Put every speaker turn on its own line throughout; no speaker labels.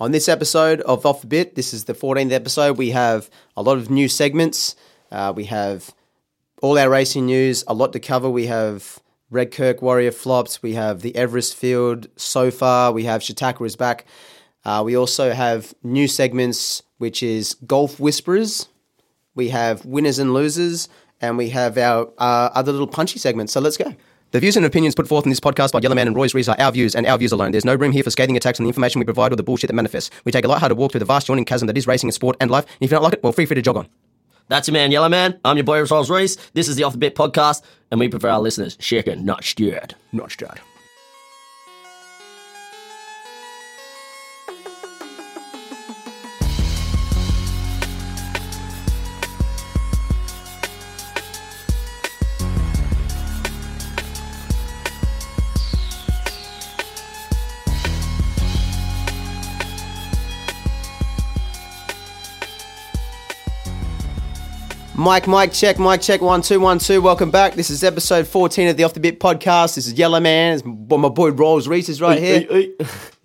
On this episode of Off the Bit, this is the 14th episode, we have a lot of new segments. Uh, we have all our racing news, a lot to cover. We have Red Kirk Warrior flops, we have the Everest Field so far, we have Shataka is back. Uh, we also have new segments, which is Golf Whisperers, we have winners and losers, and we have our uh, other little punchy segments. So let's go. The views and opinions put forth in this podcast by Yellowman and Royce Rees are our views and our views alone. There's no room here for scathing attacks on the information we provide or the bullshit that manifests. We take a lighthearted walk through the vast yawning chasm that is racing and sport and life, and if you don't like it, well, feel free to jog on.
That's your man, Yellow Man. I'm your boy, Rolls Royce. This is the Off the Bit podcast, and we prefer our listeners shaken, not stirred.
Not stirred. Mike, Mike, check, Mike, check, one, two, one, two. Welcome back. This is episode 14 of the Off the Bit podcast. This is Yellow Man. It's my boy Rolls Reese is right here.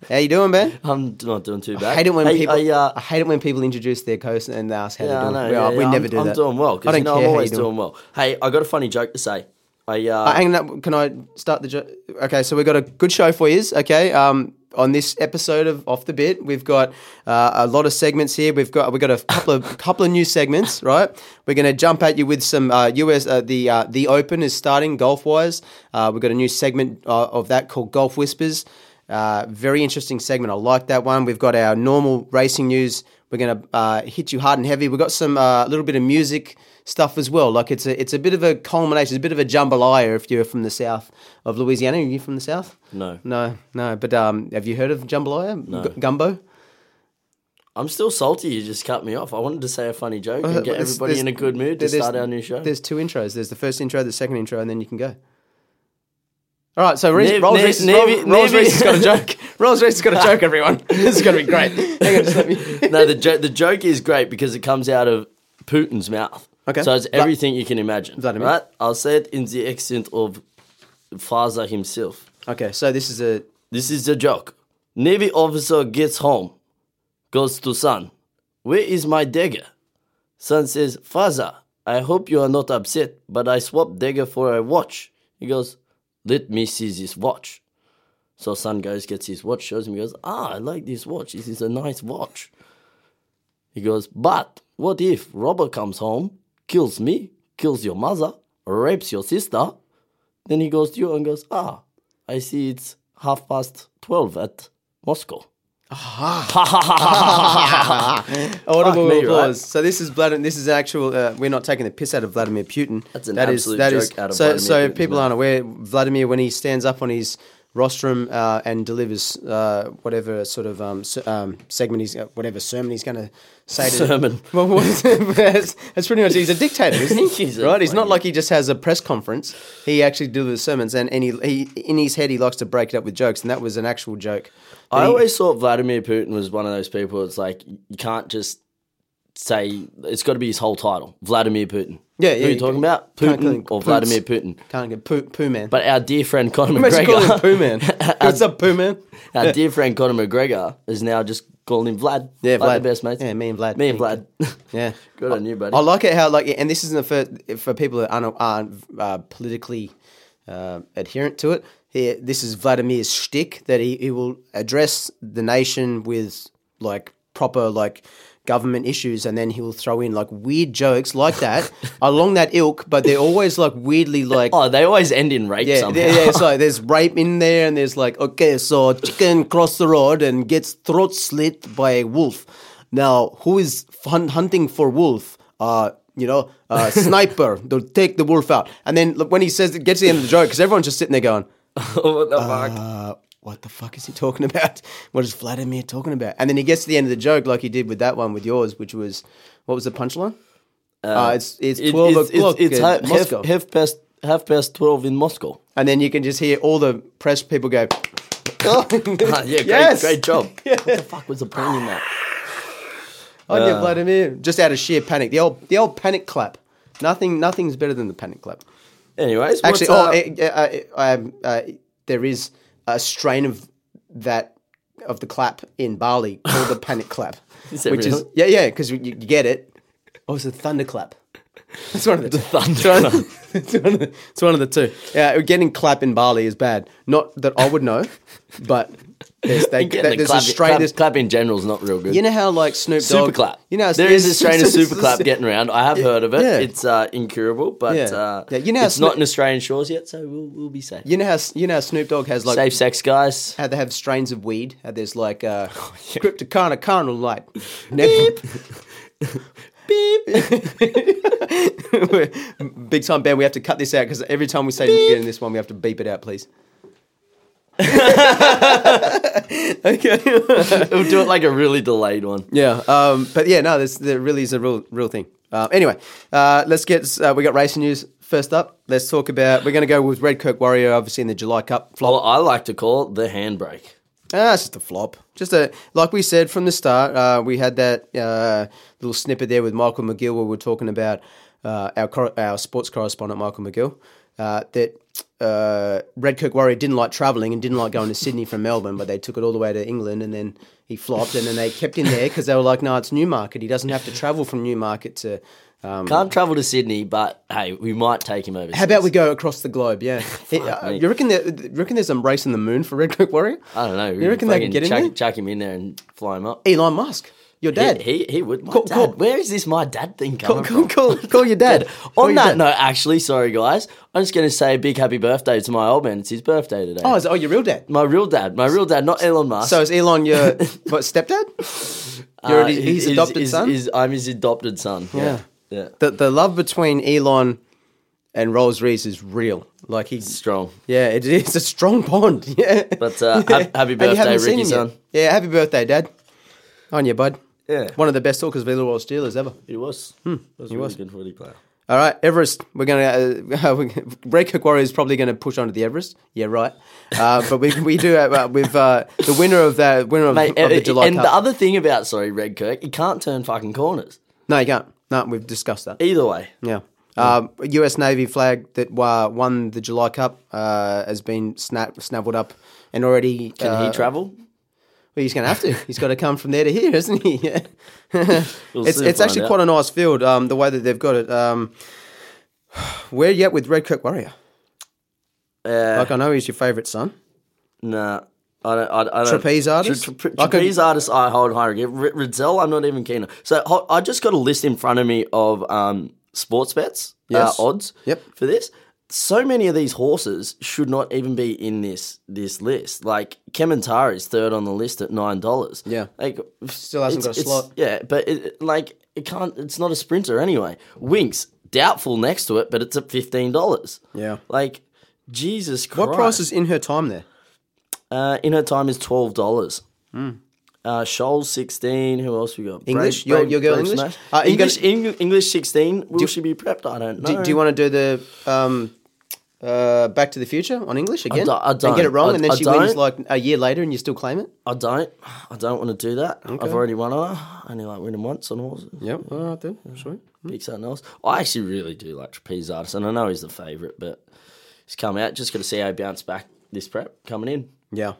How you doing, man?
I'm not doing too bad.
I hate it when
Hey,
people. I,
I, uh,
hate it when people introduce their host and they ask how
yeah, I
they're
know,
doing.
yeah,
Well, we
yeah,
never
I'm,
do
I'm
that.
doing well
I
because
don't
you know
care
I'm
how
always
you're doing.
doing well. Hey, I got a funny joke to say. I uh,
Uh, hang on, can I start the joke? Okay, so we've got a good show for you. Okay, um, on this episode of Off the Bit, we've got uh, a lot of segments here. We've got we've got a couple of couple of new segments, right? We're going to jump at you with some uh, US uh, the uh, the Open is starting golf wise. Uh, we've got a new segment uh, of that called Golf Whispers. Uh, very interesting segment. I like that one. We've got our normal racing news. We're going to uh, hit you hard and heavy. We've got some uh, little bit of music stuff as well. Like it's a it's a bit of a culmination. It's a bit of a jambalaya if you're from the south of Louisiana. Are you from the south?
No.
no, no. But um, have you heard of jambalaya? No. gumbo.
I'm still salty. You just cut me off. I wanted to say a funny joke and get
There's-
everybody
there's-
in a good mood to
there's-
start our new show.
There's two intros. There's the first intro, the second intro, and then you can go. All right, so Reese,
Nev-
Rolls
Nev-
Reese
Nev- Nev-
has got a joke. Rolls Reese has got a joke. Everyone, this is going to be great. Hang on, just let me.
no, the jo- the joke is great because it comes out of Putin's mouth.
Okay.
So it's
Vla-
everything you can imagine.
Vladimir.
Right? I'll say it in the accent of Faza himself.
Okay, so this is a
This is the joke. Navy officer gets home, goes to son. Where is my dagger? Son says, Faza, I hope you are not upset, but I swapped dagger for a watch. He goes, Let me see this watch. So son goes, gets his watch, shows him, he goes, Ah, I like this watch. This is a nice watch. He goes, But what if robber comes home, kills me, kills your mother, rapes your sister? Then he goes to you and goes, Ah, I see it's half past 12 at Moscow.
Audible
Fuck me,
applause.
right?
So this is Vladimir. This is actual. Uh, we're not taking the piss out of Vladimir Putin.
That's an
That is-
absolute
that
joke
is-
out of
so,
Vladimir
so
Putin's
people
mouth.
aren't aware. Vladimir, when he stands up on his rostrum uh, and delivers uh, whatever sort of um, se- um, segment he's uh, whatever sermon he's going to say to
Sermon.
Well, what is it? that's, that's pretty much he's a dictator, isn't he?
He's a
right? He's not
fucking-
like he just has a press conference. He actually delivers sermons, and, and he, he in his head he likes to break it up with jokes, and that was an actual joke. that
I
he-
always thought Vladimir Putin was one of those people that's like, you can't just say, it's got to be his whole title, Vladimir Putin.
Yeah,
Who
yeah,
are you
you
talking about?
can't call
Putin
him
or
Poots.
Vladimir Putin?
can't get poo, poo man.
But our dear friend Conor
Imagine calling him
McGregor,
Poo Man. What's up, Poo Man?
our dear friend Conor McGregor is now just calling him Vlad.
Yeah,
Like
Vlad.
the best mate.
Yeah, me and Vlad.
Me and Vlad.
Yeah.
Good on you, buddy.
I like it how like, and this isn't the first for people that aren't, aren't uh, politically uh, adherent to it. Here, this is Vladimir's shtick that he, he will address the nation with like proper like government issues, and then he will throw in like weird jokes like that along that ilk, but they're always like weirdly like
oh, they always end in rape
Yeah,
somehow.
yeah, yeah, it's like there's rape in there, and there's like, okay, so chicken crossed the road and gets throat slit by a wolf. Now, who is hun- hunting for wolf? Uh, you know, uh, sniper. They'll take the wolf out. And then look, when he says it gets to the end of the joke, because everyone's just sitting there going,
what the fuck?
uh, what the fuck is he talking about? What is Vladimir talking about? And then he gets to the end of the joke, like he did with that one with yours, which was, what was the punchline? Uh, it's it's
It-
twelve
it's,
o'clock.
It's, it's
in
half,
Moscow.
half- half past half past twelve in Moscow.
And then you can just hear all the press people go.
Ah, yeah, great,
Oh, Yes.
great job. What the fuck was the point in that?
On
Uh.
your Vladimir, just out of sheer panic. The old, the old panic clap. Nothing, nothing's better than the panic clap.
Anyways, uh,
Actually, eh,
what's,
oh,
uh,
eh, eh, eh, eh, um, uh, there is a strain of that of the clap in Bali called the panic clap,
that
which is
real?
yeah, yeah, because you, you get it. Oh, it's a thunderclap. That's one of the, two.
thunder.
it's, one of the, it's one of the two. Yeah, getting clap in Bali is bad. Not that I would know, but there's, they,
Getting the
there's
clap,
Australia.
clap, clap in general is not real good.
you know how like Snoop Dogg.
super clap.
You know how-
there is Australian
it's-
super clap getting around. I have heard of it.
yeah.
It's uh, incurable, but
Yeah.
Uh,
Yeah, you know how
it's not
Snoop-
in Australian shores yet, so we'll, we'll be safe.
You know how you know how Snoop Dogg has like
Safe sex, guys.
how they have strains of weed. How there's like uh, cryptocurrency, carnal light. Beep. Beep. Big time band. We have to cut this out because every time we say beep. in this one, we have to beep it out, please. okay.
we'll do it like a really delayed one.
Yeah, um, but yeah, no, this there really is a real real thing. Uh, anyway, uh, let's get uh, we got racing news first up. Let's talk about we're going to go with Red Kirk Warrior, obviously in the July Cup flop.
Well, I like to call it the handbrake.
Ah, it's just a flop. Just a like we said from the start, uh, we had that uh, little snippet there with Michael McGill where we are talking about uh, our cor- our sports correspondent Michael McGill uh, that uh, Red Kirk Warrior didn't like travelling and didn't like going to Sydney from Melbourne, but they took it all the way to England and then he flopped and then they kept him there because they were like, no, it's Newmarket. He doesn't have to travel from Newmarket to. Um,
Can't travel to Sydney, but hey, we might take him over.
how about we go across the globe? Yeah, Uh,
me.
you reckon there, you reckon there's a race in the moon for Red Kirk Warrior?
I don't know.
You reckon they can get in
chuck,
there?
chuck him in there and fly him up?
Elon Musk, your dad.
He, he, he would. My
Cool,
dad.
cool.
Where is this my dad thing
Call,
coming
call,
from?
call, call your dad. Call
On
your
that
dad.
note, actually, sorry guys, I'm just going to say a big happy birthday to my old man. It's his birthday today.
Oh, is it, oh, your real dad.
my real dad, my real dad, not Elon Musk.
So is Elon your what, stepdad? You're
Uh,
his,
his-
his
his-
adopted
his-
son.
his- I'm his adopted son. Yeah, yeah,
the the love between Elon and Rolls Reese is real. Like he's
strong.
yeah, it is a strong bond. Yeah.
But, uh, hap- happy
And you haven't
birthday,
seen
Ricky,
him
son.
yet. Yeah, happy birthday, Dad. On you, bud.
Yeah.
One of the best talkers of the Royal Steelers ever.
He was. Hmm. was he really was. good footy player.
All right, Everest. We're going to. Uh, Red Cook Warrior is probably going to push onto the Everest. Yeah, right. Uh, but we, we do have uh, with uh, the winner of that winner of,
Mate, uh,
of the
and-
July
and
Cup.
the other thing about sorry, Red Kirk, he can't turn fucking corners.
No, you can't. No, we've discussed that.
Either way,
Yeah. Um, U.S. Navy flag that wa- won the July Cup uh, has been snap- snaveled up and already. Can
and he travel.
He's going to have to. He's got to come from there to here, isn't he? Yeah. it's
soon
it's actually
find out.
quite a nice field, um, the way that they've got it. Um, where yet with Red Kirk Warrior?
Uh,
Like, I know he's your favourite son.
Nah. I don't, I, I don't.
Trapeze artist?
Tra- tra-
I could-
trapeze artist, I hold higher. again. R- Riddell, I'm not even keen on. So ho- I just got a list in front of me of um, sports bets,
Yes.
uh, odds
Yep.
for this. So many of these horses should not even be in this this list. Like Kementari is third on the list at nine dollars.
Yeah.
like
Still hasn't
it's-
got a
it's-
slot.
Yeah, but it- it, like it can't. It's not a sprinter anyway. Winks doubtful next to it, but it's at fifteen dollars.
Yeah.
like Jesus Christ.
What price is in her time there?
Uh, in her time is twelve dollars. Uh, Shoals sixteen. Who else we got?
Hmm. English? Your- your girl English?
Smash.
Uh, are you
English, Eng- English sixteen. Will she be prepped? I don't know.
Do, do you want to do the um, uh, Back to the Future on English again?
do- I
And get it
don't.
wrong,
I-
and then
I
she wins
don't.
like a year later, and you still claim it?
I don't. I don't want to do that. I've already won her. I only like winning once on horses.
Yep. All right then. Sweet.
Pick something else. I actually really do like Trapeze Artist, and I know he's the favourite, but he's come out. Just got to see how he bounced back this prep coming in.
Yeah.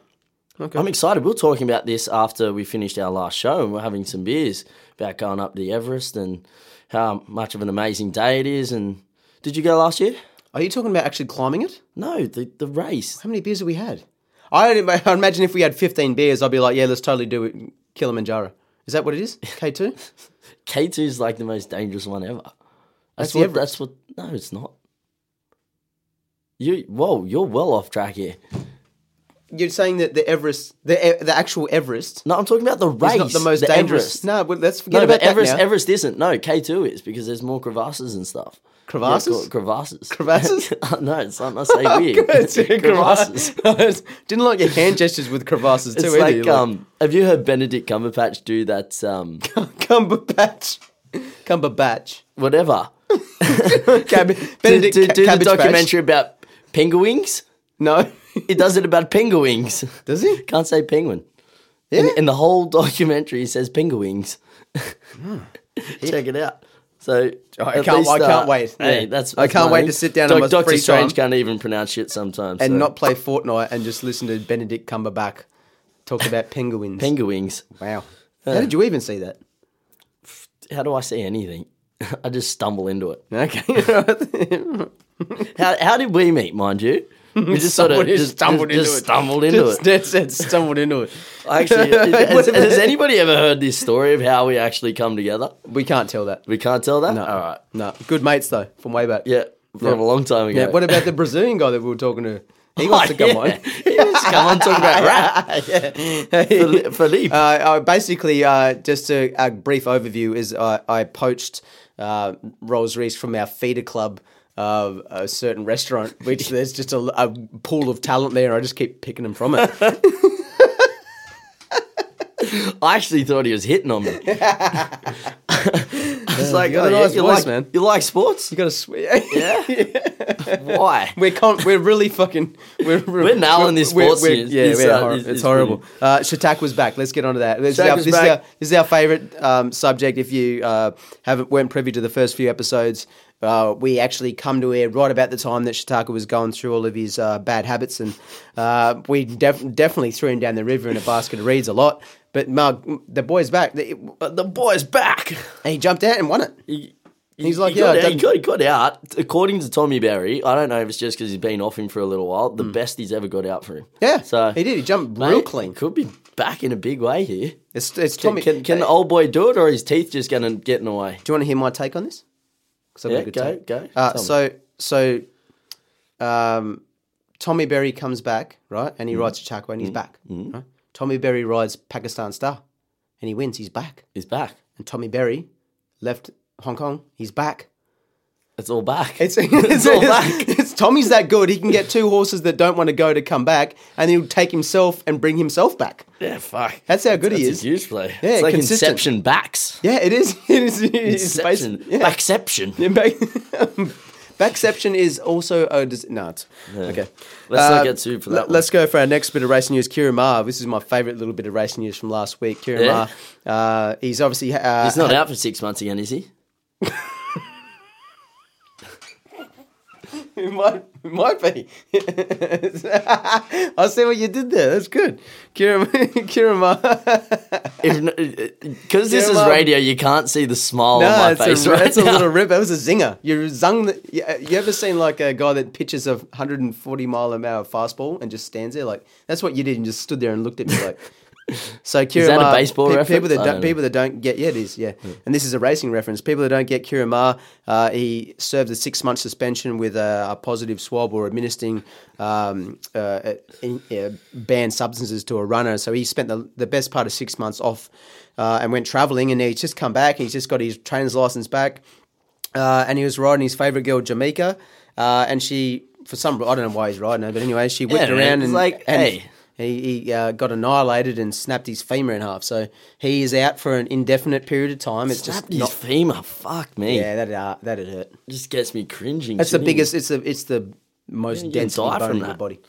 Okay.
I'm excited. We were talking about this after we finished our last show and we're having some beers about going up the Everest and how much of an amazing day it is. And did you go last year?
Are you talking about actually climbing it?
No, the, the race.
How many beers have we had? I don't, I imagine if we had 15 beers, I'd be like, yeah, let's totally do it. Kilimanjaro. Is that what it is? K2?
K2 is like the most dangerous one ever.
That's
That's,
the
what,
Everest.
that's what, no, it's not. You, whoa, you're well off track here.
You're saying that the Everest, the, E- the actual Everest,
No, I'm talking about the race.
is not the most dangerous.
Everest.
No, but let's forget
No,
about
but
that
Everest,
now.
Everest isn't. No, K2 is because there's more crevasses and stuff.
Crevasses?
Yeah, cre- crevasses.
Crevasses?
no, it's not. I say weird. crevasses.
crevasses. Didn't like your hand gestures with crevasses too
It's
either.
like,
You're
um, have you heard Benedict Cumberbatch do that? Um,
Cumberbatch. Cumberbatch.
whatever.
Cab-
Do,
Benedict
do,
Ca-
do the
Cabbage Patch.
documentary about penguins.
No.
He does it about penguins.
Does he?
Can't say penguin. In, in the whole documentary, he says penguins. Check it out. So
Hmm. I
at
can't- I
uh,
can't wait.
Hey,
Yeah.
that's,
I
that's
can't
my
wait
thing.
to sit down on my
Doctor
free
Strange
time.
can't even pronounce shit sometimes.
And
so.
not play Fortnite and just listen to Benedict Cumberbatch Talked about penguins.
Penguins.
wow. How did you even see that?
How do I say anything? I just stumble into it.
Okay.
How, how did we meet, mind you? We just
Somebody stumbled into
just
it.
stumbled into it.
That's it. Stumbled into it.
Actually, has, has anybody ever heard this story of how we actually come together?
We can't tell that.
We can't tell that. All right.
No. Good mates though, from way back.
Yeah, from
Yeah.
a long time ago.
Yeah. What about the Brazilian guy that we were talking to? He wants to
Oh,
come
yeah.
on.
He wants to come on talk about rap. Fel- Philippe.
Uh, I basically, uh, just a, a brief overview is I I poached uh, Rolls Reese from our feeder club of a certain restaurant, which there's just a, a pool of talent there. I just keep picking them from it.
I actually thought he was hitting on me. It's like,
got
oh,
a
yeah,
nice
you
voice,
like,
man.
You like sports?
You gotta swear.
Yeah. Why?
We're con- we're really fucking we're we're,
nailing this sports news.
yeah,
It's,
we're
uh,
hor-
it's-
it's,
it's
horrible. Uh, Shatak was back. Let's get on to that. This, is
Shatak
our,
was
this, is our,
back.
this is our favorite um, subject. If you uh, haven't weren't privy to the first few episodes, uh, we actually come to air right about the time that Shataka was going through all of his uh, bad habits, and uh, we def- definitely threw him down the river in a basket of reeds a lot. But Mark, the boy's back. The-
But the boy's back.
He jumped out and won it.
He-
He's like,
he
yeah,
got
I
out, he
don't-
got, he got out. According to Tommy Barry, I don't know if it's just because he's been off him for a little while. The best he's ever got out for him.
yeah,
So
he did. He jumped
mate,
real clean.
Could be back in a big way here.
It's, it's
Can,
Tommy.
can, can the old boy do it, or his teeth just gonna get in the way?
Do you want to hear my take on this? 'Cause I've got
Yeah,
a good
go,
take.
go.
Uh,
Tell me.
so, so, um, Tommy Berry comes back, right? And
Mm-hmm.
he rides Chaco and he's back. Right? Tommy Berry rides Pakistan Star and he wins. He's back.
He's back.
And Tommy Berry left Hong Kong. He's back.
It's all back.
It's, it's,
all
all back.
back.
It's, Tommy's that good. He can get two horses that don't want to go to come back and he'll take himself and bring himself back.
yeah, fuck.
That's how good he
That's
is.
a huge play.
Yeah,
it's like
consistent.
Inception backs.
yeah, it is. It is. It's based-
Inception.
yeah.
Backception.
Yeah, back- Backception is also a dis- no. It's, Okay, Uh,
Let's not get sued for that one.
Let's go for our next bit of racing news. Kira Ma. This is my favourite little bit of racing news from last week. Kira
Yeah.
Ma. Uh, he's obviously. Uh,
He's not out for six months again, is he?
it might, it might be. I see what you did there. That's good. Kira, Kira Ma.
Because
Uh,
uh, this
Yeah,
is
well- um,
radio, you can't see the smile
No,
on my
it's
face
a,
right
it's a
now.
little rip. That was a zinger. You zung. The, you, uh, you ever seen like a guy that pitches a 140 mile an hour fastball and just stands there like that's what you did and just stood there and looked at me like. So Kira
that a
Ma,
baseball
pe-
reference?
people that
I
don't,
don't know. Hmm.
people that don't get yeah it is yeah, and this is a racing reference. People that don't get Kira Ma, uh, he served a six month suspension with a, a positive swab or administering um, uh, in, uh, banned substances to a runner. So he spent the, the best part of six months off uh, and went traveling, and he's just come back. He's just got his trainer's license back uh, and he was riding his favorite girl, Jamaica, uh, and she for some I don't know why he's riding her, but anyway, she whipped
man,
around
it's
and
like,
and
hey.
he, he uh, got annihilated and snapped his femur in half. So he is out for an indefinite period of time. It's
Snapped
just
his
not.
femur. Fuck me.
Yeah, that uh, that it hurt.
Just gets me cringing.
That's the
shouldn't it?
biggest. It's the it's the most
you can
dense
die
bone
from
in your
that.
body.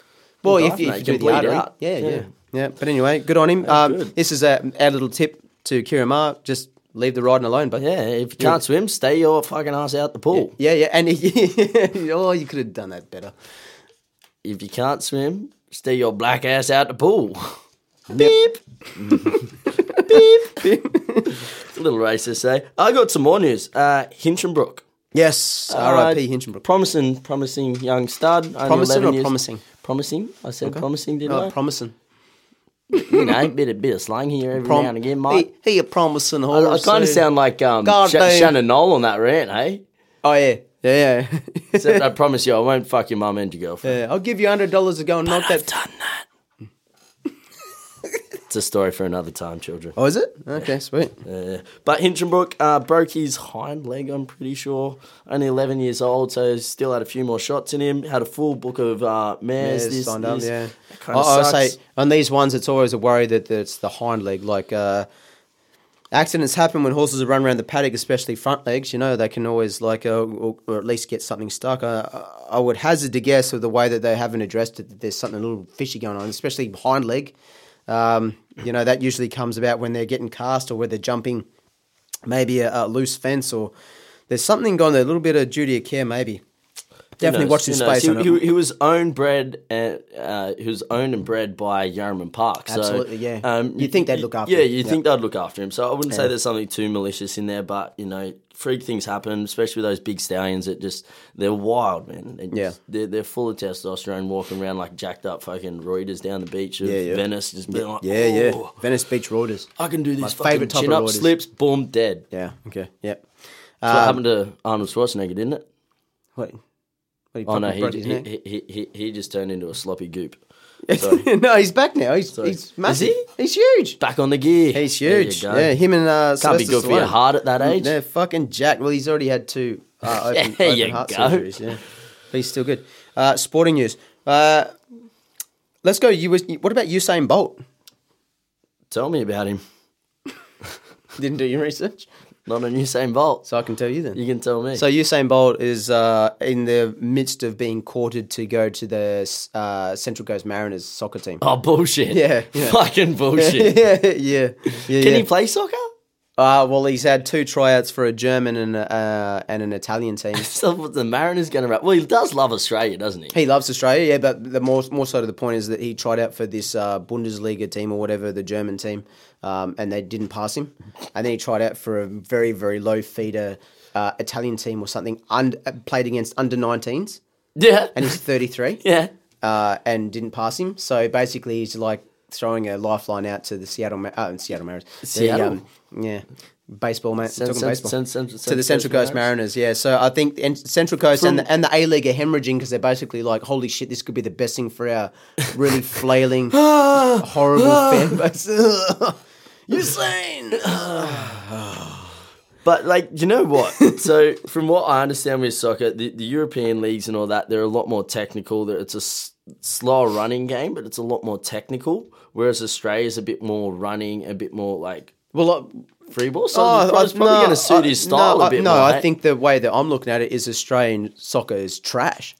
Well,
die
if,
from
you-
that.
if you do
You can
the
bleed
artery,
out.
yeah, yeah,
Yeah.
yeah. But anyway, good on him. Um,
good.
this is a our little tip to Kiramar. Just leave the riding alone, but
Yeah, if you can't swim, stay your fucking ass out the pool.
yeah, yeah. And he, oh, you could have done that better.
If you can't swim, stay your black ass out the pool. Beep. Beep. It's a little racist, eh? I got some more news. Uh, Hinchinbrook.
Yes,
Uh,
R.I.P. Hinchinbrook.
Promising, promising young stud. only
Promising
11
or
years-
promising? Oh,
Promising. I said promising, didn't
No,
I?
promising.
you know, bit, a bit of slang here every now and again, mate.
He, he a promising
I,
horse.
kind of
eh?
sound like um,
God
Sh-
damn.
Shannon Knoll on that rant, hey?
Oh yeah, yeah, yeah.
Except I promise you, I won't fuck your mum and your girlfriend.
yeah. I'll give you hundred dollars to go and knock that.
done that. it's a story for another time, children.
Oh, is it? Okay, sweet.
Uh, but Hinchinbrook uh, broke his hind leg, I'm pretty sure. Only 11 years old, so still had a few more shots in him. Had a full book of uh, mares.
Yeah,
this,
signed up,
this.
yeah.
That
I,
kinda
I would
sucks.
say on these ones, it's always a worry that, that it's the hind leg. Like uh, accidents happen when horses run around the paddock, especially front legs. You know, they can always like uh, or, or at least get something stuck. Uh, I- I would hazard to guess with the way that they haven't addressed it that there's something a little fishy going on, especially hind leg. Um, you know, that usually comes about when they're getting cast or where they're jumping maybe a, a loose fence or there's something gone there, a little bit of duty of care maybe. Definitely
knows?
watch this
Who knows?
space on
He,
it.
he, he was owned bred and uh, he was owned and bred by Yarraman Park. So,
Absolutely, yeah. You'd think they'd look after
Yeah,
him.
you would think they'd look after him. So I wouldn't say there's something too malicious in there, but you know, freak things happen, especially with those big stallions. That just they're wild, man. They just-
Yeah.
they're, they're full of testosterone, walking around like jacked up fucking roiders down the beach of
Yeah, yeah.
Venice, just being like,
Yeah, yeah.
"Oh,
Venice Beach Roaders.
I can do these fucking
favourite type of
chin up
roiders.
slips, boom, dead.
Yeah. Okay. Yep.
That's what
Um,
happened to Arnold Schwarzenegger, didn't it?
What? what he
Oh no,
fucking
he,
broke his
he,
neck?
he, he, he just turned into a sloppy goop.
no, he's back now. He's he's massive.
he?
He's huge.
Back on the gear.
He's
There you
huge.
go.
Yeah, him and uh,
Can't be
Sylvester
good for your
Stallone.
heart at that age.
No, fucking Jack. Well, he's already had two uh, open,
There
open
you
heart
go.
surgeries. Yeah, but he's still good. Uh, sporting news. Uh, let's go. US, what about Usain Bolt?
Tell me about him.
Didn't do your research,
Not on Usain Bolt.
so I can tell you then.
You can tell me.
So Usain Bolt is uh, in the midst of being courted to go to the uh, Central Coast Mariners soccer team.
oh bullshit.
Yeah, yeah.
Fucking bullshit.
yeah, yeah, yeah.
Oh, Can
yeah.
he play soccer?
Uh, well, he's had two tryouts for a German and a, uh, and an Italian team.
So what the Mariners going to rap. Well, he does love Australia, doesn't he?
He loves Australia, yeah, but the more more so to the point is that he tried out for this uh, Bundesliga team or whatever the German team, um, and they didn't pass him, and then he tried out for a very very low feeder uh, Italian team or something, und- uh, played against under 19s,
Yeah.
and he's 33,
yeah.
uh, and didn't pass him. So basically, he's like throwing a lifeline out to the Seattle, Ma- uh, Seattle Mariners, The,
Seattle?
um, yeah, baseball mate,
Cen-
talking
cen-
baseball
cen- cen-
to the Central Coast Mariners. Yeah, so I think the en- Central Coast and the, and the A League are hemorrhaging because they're basically like, holy shit, this could be the best thing for our really flailing, horrible fan base. Usain.
But like, you know what? so from what I understand with soccer, the, the European leagues and all that, they're a lot more technical. They're- It's a s- slower running game, but it's a lot more technical. Whereas Australia's a bit more running, a bit more like
Well, uh,
free ball. So it's probably,
no,
going to suit
Oh, I-
his style
no,
a bit
No,
more.
I
eh?
think the way that I'm looking at it is Australian soccer is trash.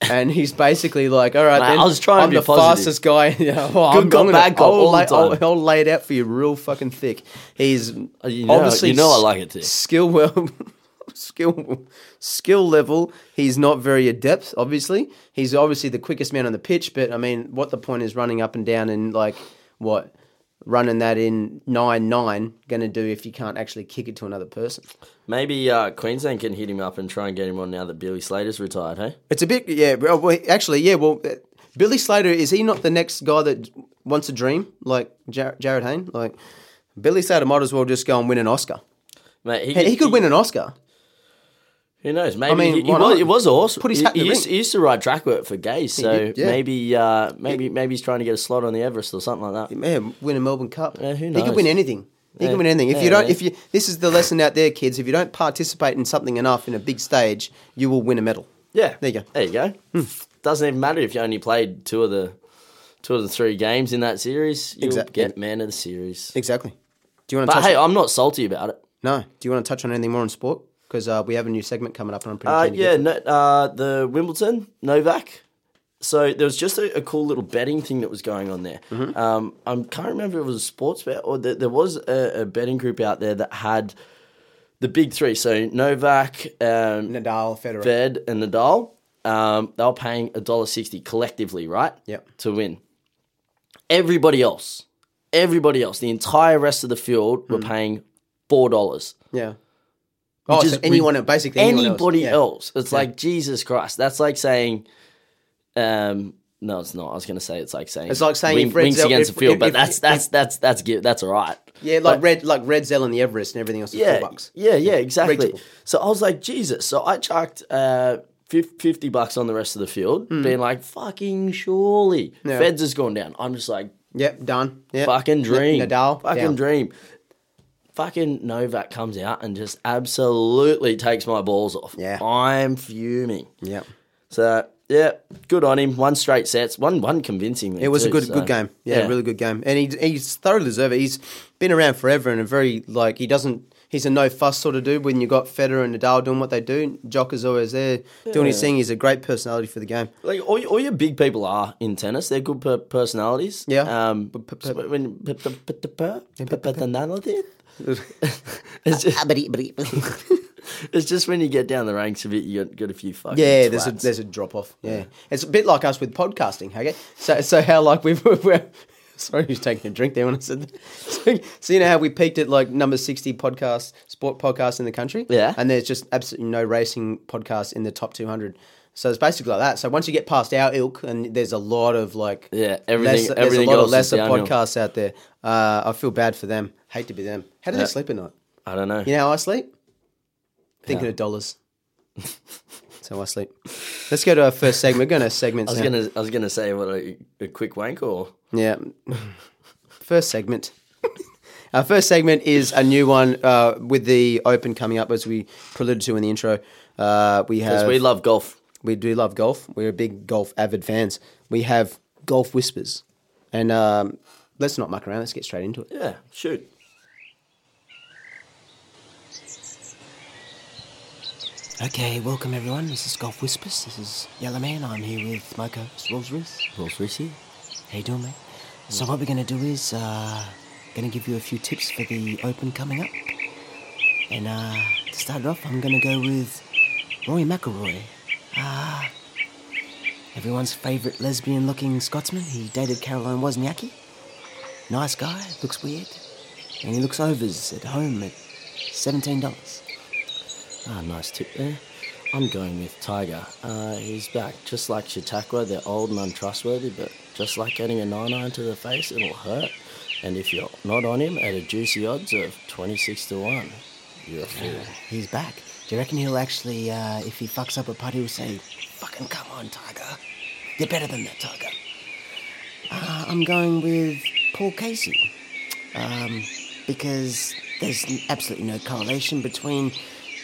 And he's basically like, all right,
Mate,
then
I was trying to
I'm
be
the
positive.
fastest guy. yeah, well, I'm,
Good cop,
I'm gonna-
bad cop
I'll
all the
lay- I'll-
time.
I'll, lay it out for you real fucking thick. He's
you know-
obviously
you know I
s-
like it thick.
Skill well, skill skill level. He's not very adept. Obviously, he's obviously the quickest man on the pitch. But I mean, what the point is running up and down and like what running that in nine nine going to do if you can't actually kick it to another person?
maybe uh, Queensland can hit him up and try and get him on now that Billy Slater's retired. Hey,
It's a bit yeah. Well, well, actually, yeah. Well, uh, Billy Slater is he not the next guy that wants a dream like Jar- Jared Hayne? Like Billy Slater might as well just go and win an Oscar.
mate,
He, he could win an Oscar.
Who knows? Maybe
mean,
he, he
why
was,
not?
it was awesome.
Put his
he,
hat in
he
the
used,
ring.
he used to ride track work for Gaze, so
did, yeah.
maybe, uh, maybe, maybe he's trying to get a slot on the Everest or something like that.
Yeah, win a Melbourne Cup.
who
He could
knows?
win anything. He
Yeah,
could win anything. If
yeah,
you don't,
yeah.
if you, this is the lesson out there, kids. If you don't participate in something enough in a big stage, you will win a medal.
Yeah,
There you go.
There you go.
Hmm.
Doesn't even matter if you only played two of the two of the three games in that series. You'll
Exact-
get man of the series.
Exactly. Do you want to
But
touch?
hey, I'm not salty about it.
no. Do you want to touch on anything more on sport? Because uh, we have a new segment coming up, and I'm pretty.
Uh,
keen to get
yeah,
to it.
no, uh, the Wimbledon Novak. So there was just a, a cool little betting thing that was going on there.
Mm-hmm.
Um, I can't remember if it was a sports bet or th- there was a, a betting group out there that had the big three. So Novak, um,
Nadal, Federer.
Fed, and Nadal. Um, they were paying a dollar sixty collectively, right?
Yep.
To win. Everybody else, everybody else, the entire rest of the field
Mm.
were paying four dollars
yeah. Oh,
is
so anyone, basically anyone
anybody
else. Yeah.
else. It's like Jesus Christ. That's like saying, um, no, it's not. I was going to say it's like saying
It's like saying
wing,
if Red
wings
Zell-
against
if-
the field,
if-
but
if-
that's that's that's that's that's that's all right.
Yeah, like red, like red Zell and the Everest and everything else. Is
Yeah,
four bucks.
yeah, yeah, exactly.
Reachable.
So I was like Jesus. So I chucked uh, fif- fifty bucks on the rest of the field,
Hmm.
being like, fucking surely, Feds has gone down. I'm just like,
Yep, done. Yep.
Fucking
N-
dream.
Nadal,
Fucking
down.
dream. Fucking Novak comes out and just absolutely takes my balls off.
Yeah.
I'm fuming.
Yep.
So yeah, good on him. One straight sets, one one convincingly.
It was a good good game. Yeah, really good game. And he he's thoroughly deserved it. He's been around forever and a very like he doesn't he's a no fuss sort of dude when you got Federer and Nadal doing what they do. Jock is always there doing his thing. He's a great personality for the game.
Like all, your- all your big people are in tennis. They're good per- personalities.
Yeah.
Um.
p-
so when- p- p- p- p- personality. It's just- it's just when you get down the ranks a bit, you got, got a few fucking
Yeah, there's a
twats.
there's a drop off. Yeah. it's a bit like us with podcasting. Okay, so so how like we've we're sorry, who's taking a drink there when I said that. So, so you know how we peaked at like number sixty podcast sport podcast in the country.
Yeah.
and there's just absolutely no racing podcast in the top two hundred. So it's basically like that. So once you get past our ilk, and there's a lot of like
Yeah, everything-
there's
everything
a lot
else
of
is
lesser
downhill.
podcasts out there. Uh, I feel bad for them. Hate to be them. How do they sleep at night?
I don't know.
You know how I sleep? Thinking of dollars. That's how I sleep. Let's go to our first segment. We're going to segments
I was
now.
gonna, I was gonna say, what a, a quick wank or
Yeah. First segment. Our first segment is a new one uh, with the Open coming up, as we preluded to in the intro. Uh, we
because
have
we love golf.
we do love golf. We're big golf avid fans. We have golf whispers, and um, let's not muck around. Let's get straight into it.
Yeah, shoot.
Okay, welcome everyone. This is Golf Whispers. This is Yellow Man. I'm here with my co-host, Rolls Royce.
Rolls Royce.
How you doing, mate? So what we're gonna do is uh, gonna give you a few tips for the Open coming up, and uh, to start it off, I'm gonna go with Roy McIlroy. Ah, everyone's favourite lesbian-looking Scotsman. He dated Caroline Wozniacki. Nice guy. Looks weird, and he looks overs at home at seventeen dollars.
Ah, nice tip there. I'm going with Tiger. Uh, he's back. Just like Chautauqua, they're old and untrustworthy, but just like getting a 9 iron to the face, it'll hurt. And if you're not on him at a juicy odds of 26 to 1, you're a fool.
He's back. Do you reckon he'll actually, uh, if he fucks up a putt, he'll say, "Fucking come on, Tiger, you're better than that, Tiger." Uh, I'm going with Paul Casey, um, because there's absolutely no correlation between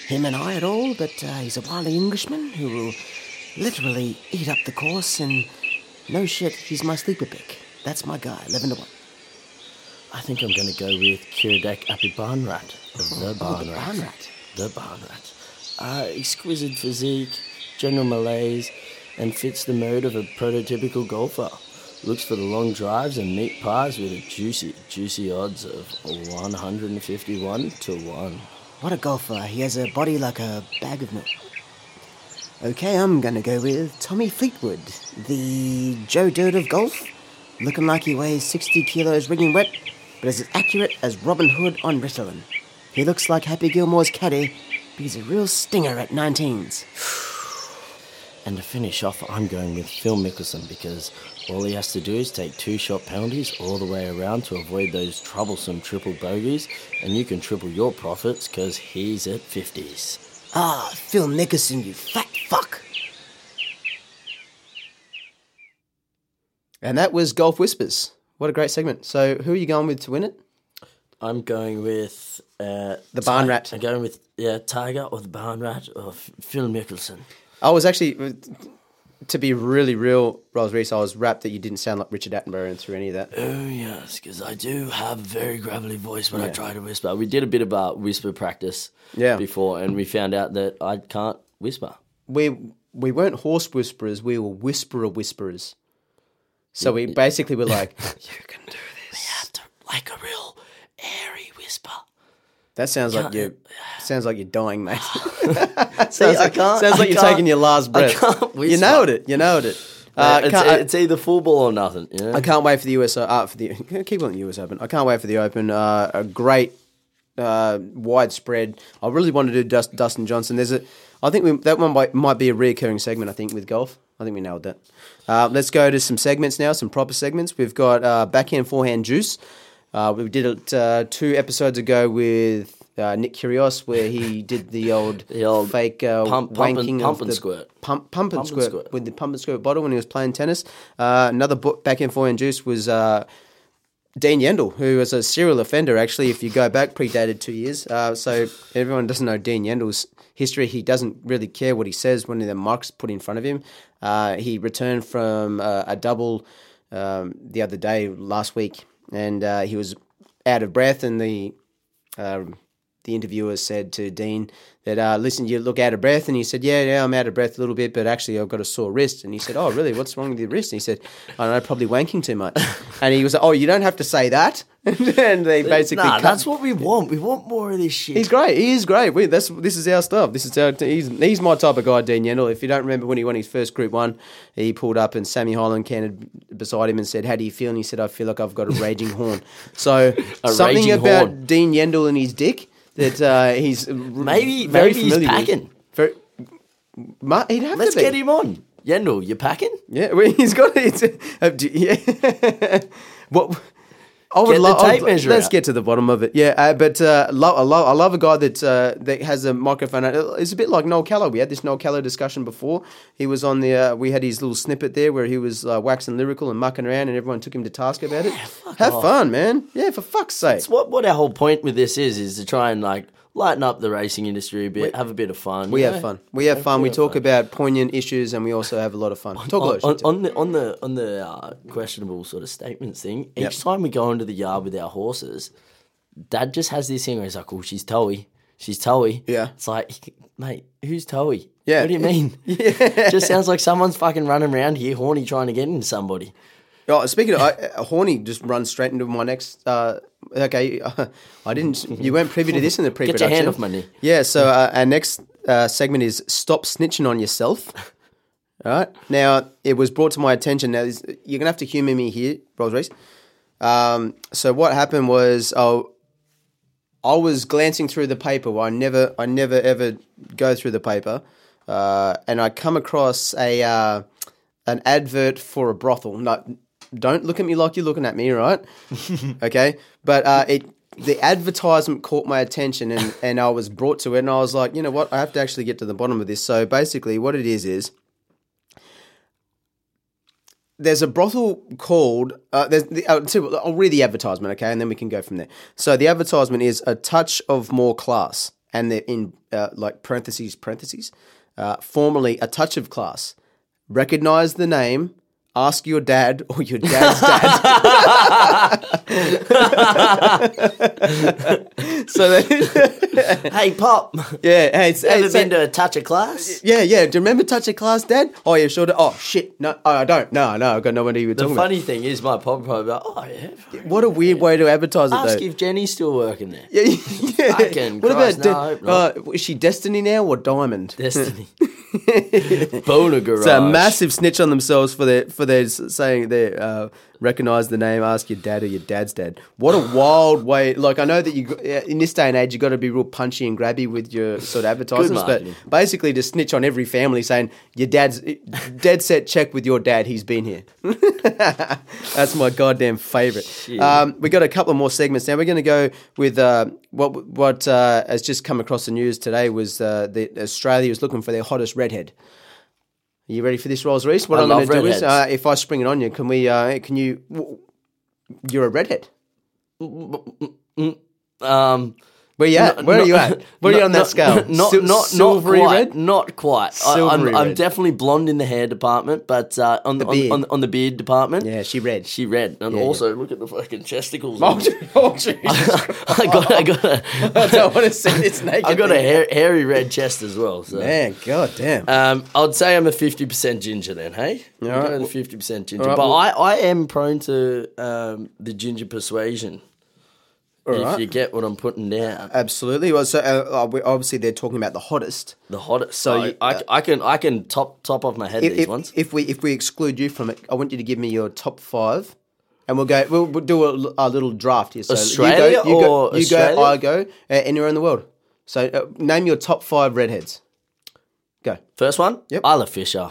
him and I at all. But uh, he's a wily Englishman who will literally eat up the course, and no shit, he's my sleeper pick. That's my guy, eleven to one.
I think I'm going to go with Kiradek Api Barnrat. The Barnrat.
barn rat.
The Barnrat. Uh, exquisite physique, general malaise, and fits the mode of a prototypical golfer. Looks for the long drives and meat pies with a juicy, juicy odds of 151 to 1.
What a golfer. He has a body like a bag of milk. Okay, I'm gonna go with Tommy Fleetwood, the Joe Dirt of golf. Looking like he weighs 60 kilos wringing wet, but is as accurate as Robin Hood on Ritalin. He looks like Happy Gilmore's caddy, but he's a real stinger at 19s.
And to finish off, I'm going with Phil Mickelson because all he has to do is take two shot penalties all the way around to avoid those troublesome triple bogeys, and you can triple your profits because he's at 50s.
Ah, Phil Nickerson, you fat fuck. And that was Golf Whispers. What a great segment. So, who are you going with to win it?
I'm going with uh,
The barn rat.
I'm going with yeah, Tiger or the Barn Rat or F- Phil Mickelson.
I was actually, to be really real, Rolls Reese, I was rapt that you didn't sound like Richard Attenborough and through any of that.
Oh yes, because I do have a very gravelly voice when I try to whisper. We did a bit of uh, whisper practice
Yeah.
before, and we found out that I can't whisper.
We we weren't horse whisperers; we were whisperer whisperers. So we basically were like, "You can do this."
Have to- Like a real airy whisper.
That sounds like you. Sounds like you're dying, mate. sounds
I
like,
can't-
sounds
I
like you're
can't-
taking your last breath.
can't
you
whisper.
nailed it. You nailed it. Uh,
it's, e-,
can't- I-
it's either full ball or nothing. You know?
I can't wait for the US. Uh, for the keep on the US Open. I can't wait for the Open. Uh, a great, uh, widespread. I really want to do Dust, Dustin Johnson. There's a. I think we, that one might, might be a reoccurring segment. I think with golf. I think we nailed that. Uh, let's go to some segments now. Some proper segments. We've got uh, backhand, forehand, juice. Uh, we did it uh, two episodes ago with. Uh, Nick Kyrgios, where he did the old,
The old
fake uh,
pump- pump and-
wanking
pump
of
and
the
squirt.
pump, pump and
Pump and
squirt,
squirt.
with the pump and squirt bottle when he was playing tennis. Uh, another bo- backhand forehand juice was uh, Dean Yendel, who was a serial offender, actually, if you go back, predated two years. Uh, so everyone doesn't know Dean Yendel's history. He doesn't really care what he says when the mic's put in front of him. Uh, he returned from uh, a double um, the other day, last week, and uh, he was out of breath, and the um, the interviewer said to Dean that, uh, listen, you look out of breath. And he said, yeah, yeah, I'm out of breath a little bit, but actually I've got a sore wrist. And he said, oh, really? What's wrong with your wrist? And he said, I don't know, probably wanking too much. And he was like, oh, you don't have to say that. and they basically
nah,
cut.
that's what we want. We want more of this shit.
He's great. He is great. We, that's this is our stuff. This is our. He's, he's my type of guy, Dean Yendall. If you don't remember when he won his first Group One, he pulled up and Sammy Highland cantered beside him and said, "How do you feel?" And he said, "I feel like I've got a raging horn." So something
raging
about
horn.
Dean Yendall and his dick that uh, he's
Maybe-
very
maybe he's
familiar with.
packing.
Very, mu- he'd have
Let's
to be.
get him on. Yendel, you packing?
Yeah, well, he's got it. It's- uh, do- yeah. what? I would
Get the
love.
tape measure
let's
out.
get to the bottom of it. Yeah, uh, but uh, lo- I love I love a guy that uh, that has a microphone. Uh, It's a bit like Noel Keller. We had this Noel Keller discussion before. He was on the. Uh, we had his little snippet there where he was uh, waxing lyrical and mucking around, and everyone took him to task about it. Have fun, man. Yeah, for fuck's sake.
It's what what our whole point with this is is to try and like lighten up the racing industry a bit, have a bit of fun.
We
you
have
know?
fun. We have fun. We talk about poignant issues, and we also have a lot of fun. Talk a lot.
On,
of
on,
shit.
on the on the on the uh, questionable sort of statements thing, each time we go into the yard with our horses, Dad just has this thing where he's like, "Oh, she's Toey, she's Toey."
Yeah.
it's like, mate, who's Toey?
Yeah.
what do you mean? just sounds like someone's fucking running around here, horny, trying to get into somebody.
Oh, speaking of I, uh, horny, just runs straight into my next. Uh, okay, I didn't. You weren't privy to this in the
your
pre-production.
hand off my knee.
Yeah. So uh, our next uh, segment is stop snitching on yourself. All right. Now it was brought to my attention. Now this- you're gonna have to humour me here, Rolls Royce. Um, so what happened was, oh, I was glancing through the paper. I never, I never ever go through the paper, uh, and I come across a uh, an advert for a brothel. No, don't look at me like you're looking at me, right? okay, but uh, it the advertisement caught my attention, and and I was brought to it, and I was like, you know what, I have to actually get to the bottom of this. So basically, what it is is there's a brothel called. Uh, there's the, uh, so I'll read the advertisement, okay, and then we can go from there. So the advertisement is a touch of more class, and they're in uh, like parentheses, parentheses, uh, formerly a touch of class. Recognize the name. Ask your dad or your dad's dad. so then,
hey, pop,
yeah, hey, it's,
ever
it's-
been to a touch of class?
yeah, yeah. Do you remember touch of class, dad? Oh, yeah, sure. do. Oh shit, no, oh, I don't. No, no, I've got no idea you were
The
talking
funny thing is, my pop probably like, oh yeah.
about. What a weird way to advertise it,
Ask
though.
if Jenny's still working there.
Yeah, yeah.
Fucking
what
Christ,
about
no, I hope
uh, is she Destiny now or Diamond?
Destiny. Boner garage.
It's a massive snitch on themselves for their for their s- saying they uh, recognize the name, ask your dad or your dad's dad. What a wild way! Like I know that you yeah, in this day and age you got to be real punchy and grabby with your sort of advertisements, but
marketing.
basically to snitch on every family saying your dad's uh, dead set check with your dad, he's been here. That's my goddamn favorite. Um, we got a couple more segments now. We're going to go with uh, what what uh, has just come across the news today was uh, that Australia was looking for their hottest redhead. Are you ready for this, Rolls Royce? What I
I
am going
love
to do is,
redheads.
uh, if I spring it on you, can we? Uh, can you? w- You're a redhead.
Um,
Where you at?
n-
Where are
not-
you at? Where are you
not-
on that
not-
scale?
Not,
Sil-
not,
silvery
not quite,
red.
Not quite. I,
Silvery
I'm, I'm
red.
definitely blonde in the hair department, but uh, on, the
beard.
on, on, on the beard department,
Yeah, she red.
she red. And
Yeah, yeah.
also, look at the fucking testicles.
Oh,
on it.
Jesus!
I got, I got,
I
a,
don't want to see this naked.
I got a
thing.
hair, hairy red chest as well. So.
man. God damn.
Um, I'd say I'm a fifty percent ginger then, hey?
all right.
fifty percent ginger,
right,
but
well-
I, I am prone to um, the ginger persuasion. if
right.
you get what I'm putting down,
Absolutely. Well, so uh, uh, we- obviously they're talking about the hottest.
the hottest.
So
So
you-
I, I can I can top top off my head
If,
these
if-
ones.
if we if we exclude you from it, I want you to give me your top five, and we'll go. We'll, we'll do a, l- a little draft here. So
Australia
you go, you go,
or
you
Australia?
go, I go, uh, anywhere in the world. So uh, name your top five redheads. Go.
First one,
Yep.
Isla Fisher.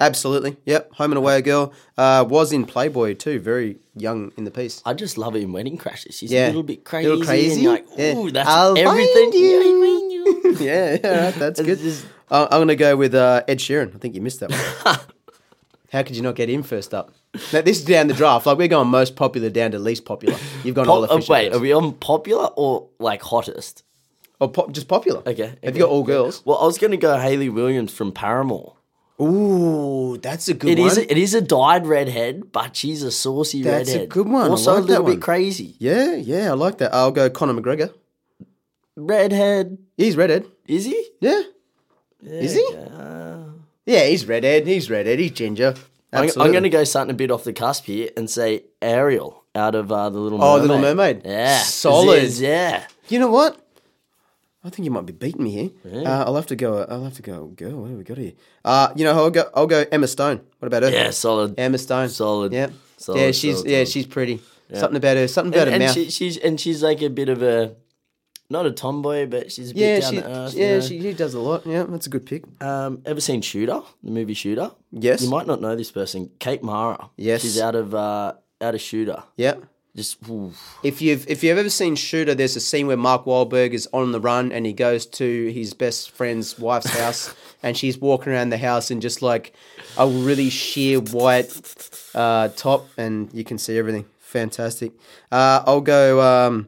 Absolutely. Yep. Home and away girl. Uh, was in Playboy too. Very young in the piece.
I just love her in Wedding Crashes. She's
Yeah.
a little bit crazy,
Little crazy?
and like,
Yeah.
ooh, that's
I'll find
everything.
you.
I mean, you.
yeah, yeah, right, that's good.
just-
Uh, I'm going to go with uh, Ed Sheeran. I think you missed that one. How could you not get him first up? Now, this is down the draft. Like, we're going most popular down to least popular. You've gone all
Oh,
official.
wait, are we on popular or like hottest?
Or pop, Oh, just popular.
Okay,
Have
okay.
you got all girls?
Well, I was gonna go Haley Williams from Paramore.
Ooh, that's a good
It
one.
is. It is a dyed redhead, but she's a saucy
That's a
redhead.
good one. I
Also
like
a
that
little
one.
bit crazy.
yeah, yeah, I like that. I'll go Conor McGregor.
Redhead
He's redhead.
is he?
Yeah. is he? Yeah, he's redhead. He's redhead. He's ginger.
I'm,
Absolutely.
going to go something a bit off the cusp here and say Ariel out of uh, the Little
Oh,
Mermaid.
Little Mermaid.
Yeah,
Solid.
Ziz, yeah.
You know what? I think you might be beating me here. Uh, I'll have to go. I'll have to go. Girl, what have we got here? Uh, you know, I'll go. I'll go. Emma Stone. What about her?
Yeah, solid.
Emma Stone.
Solid.
Yep.
Solid,
yeah, she's
solid,
yeah,
solid.
she's pretty. Something about her. Something about
and,
her
and
mouth.
she, she's and she's like a bit of a not a tomboy, but she's a bit
yeah,
down
she,
to earth.
yeah,
you know?
she, she does a lot. Yeah, that's a good pick.
Um, ever seen Shooter? The movie Shooter.
Yes.
You might not know this person, Kate Mara.
Yes.
She's out of uh, out of Shooter.
Yeah.
Just oof.
If you've if you've ever seen Shooter, there's a scene where Mark Wahlberg is on the run and he goes to his best friend's wife's house and she's walking around the house in just like a really sheer white uh, top and you can see everything. Fantastic. Uh, I'll go. Um,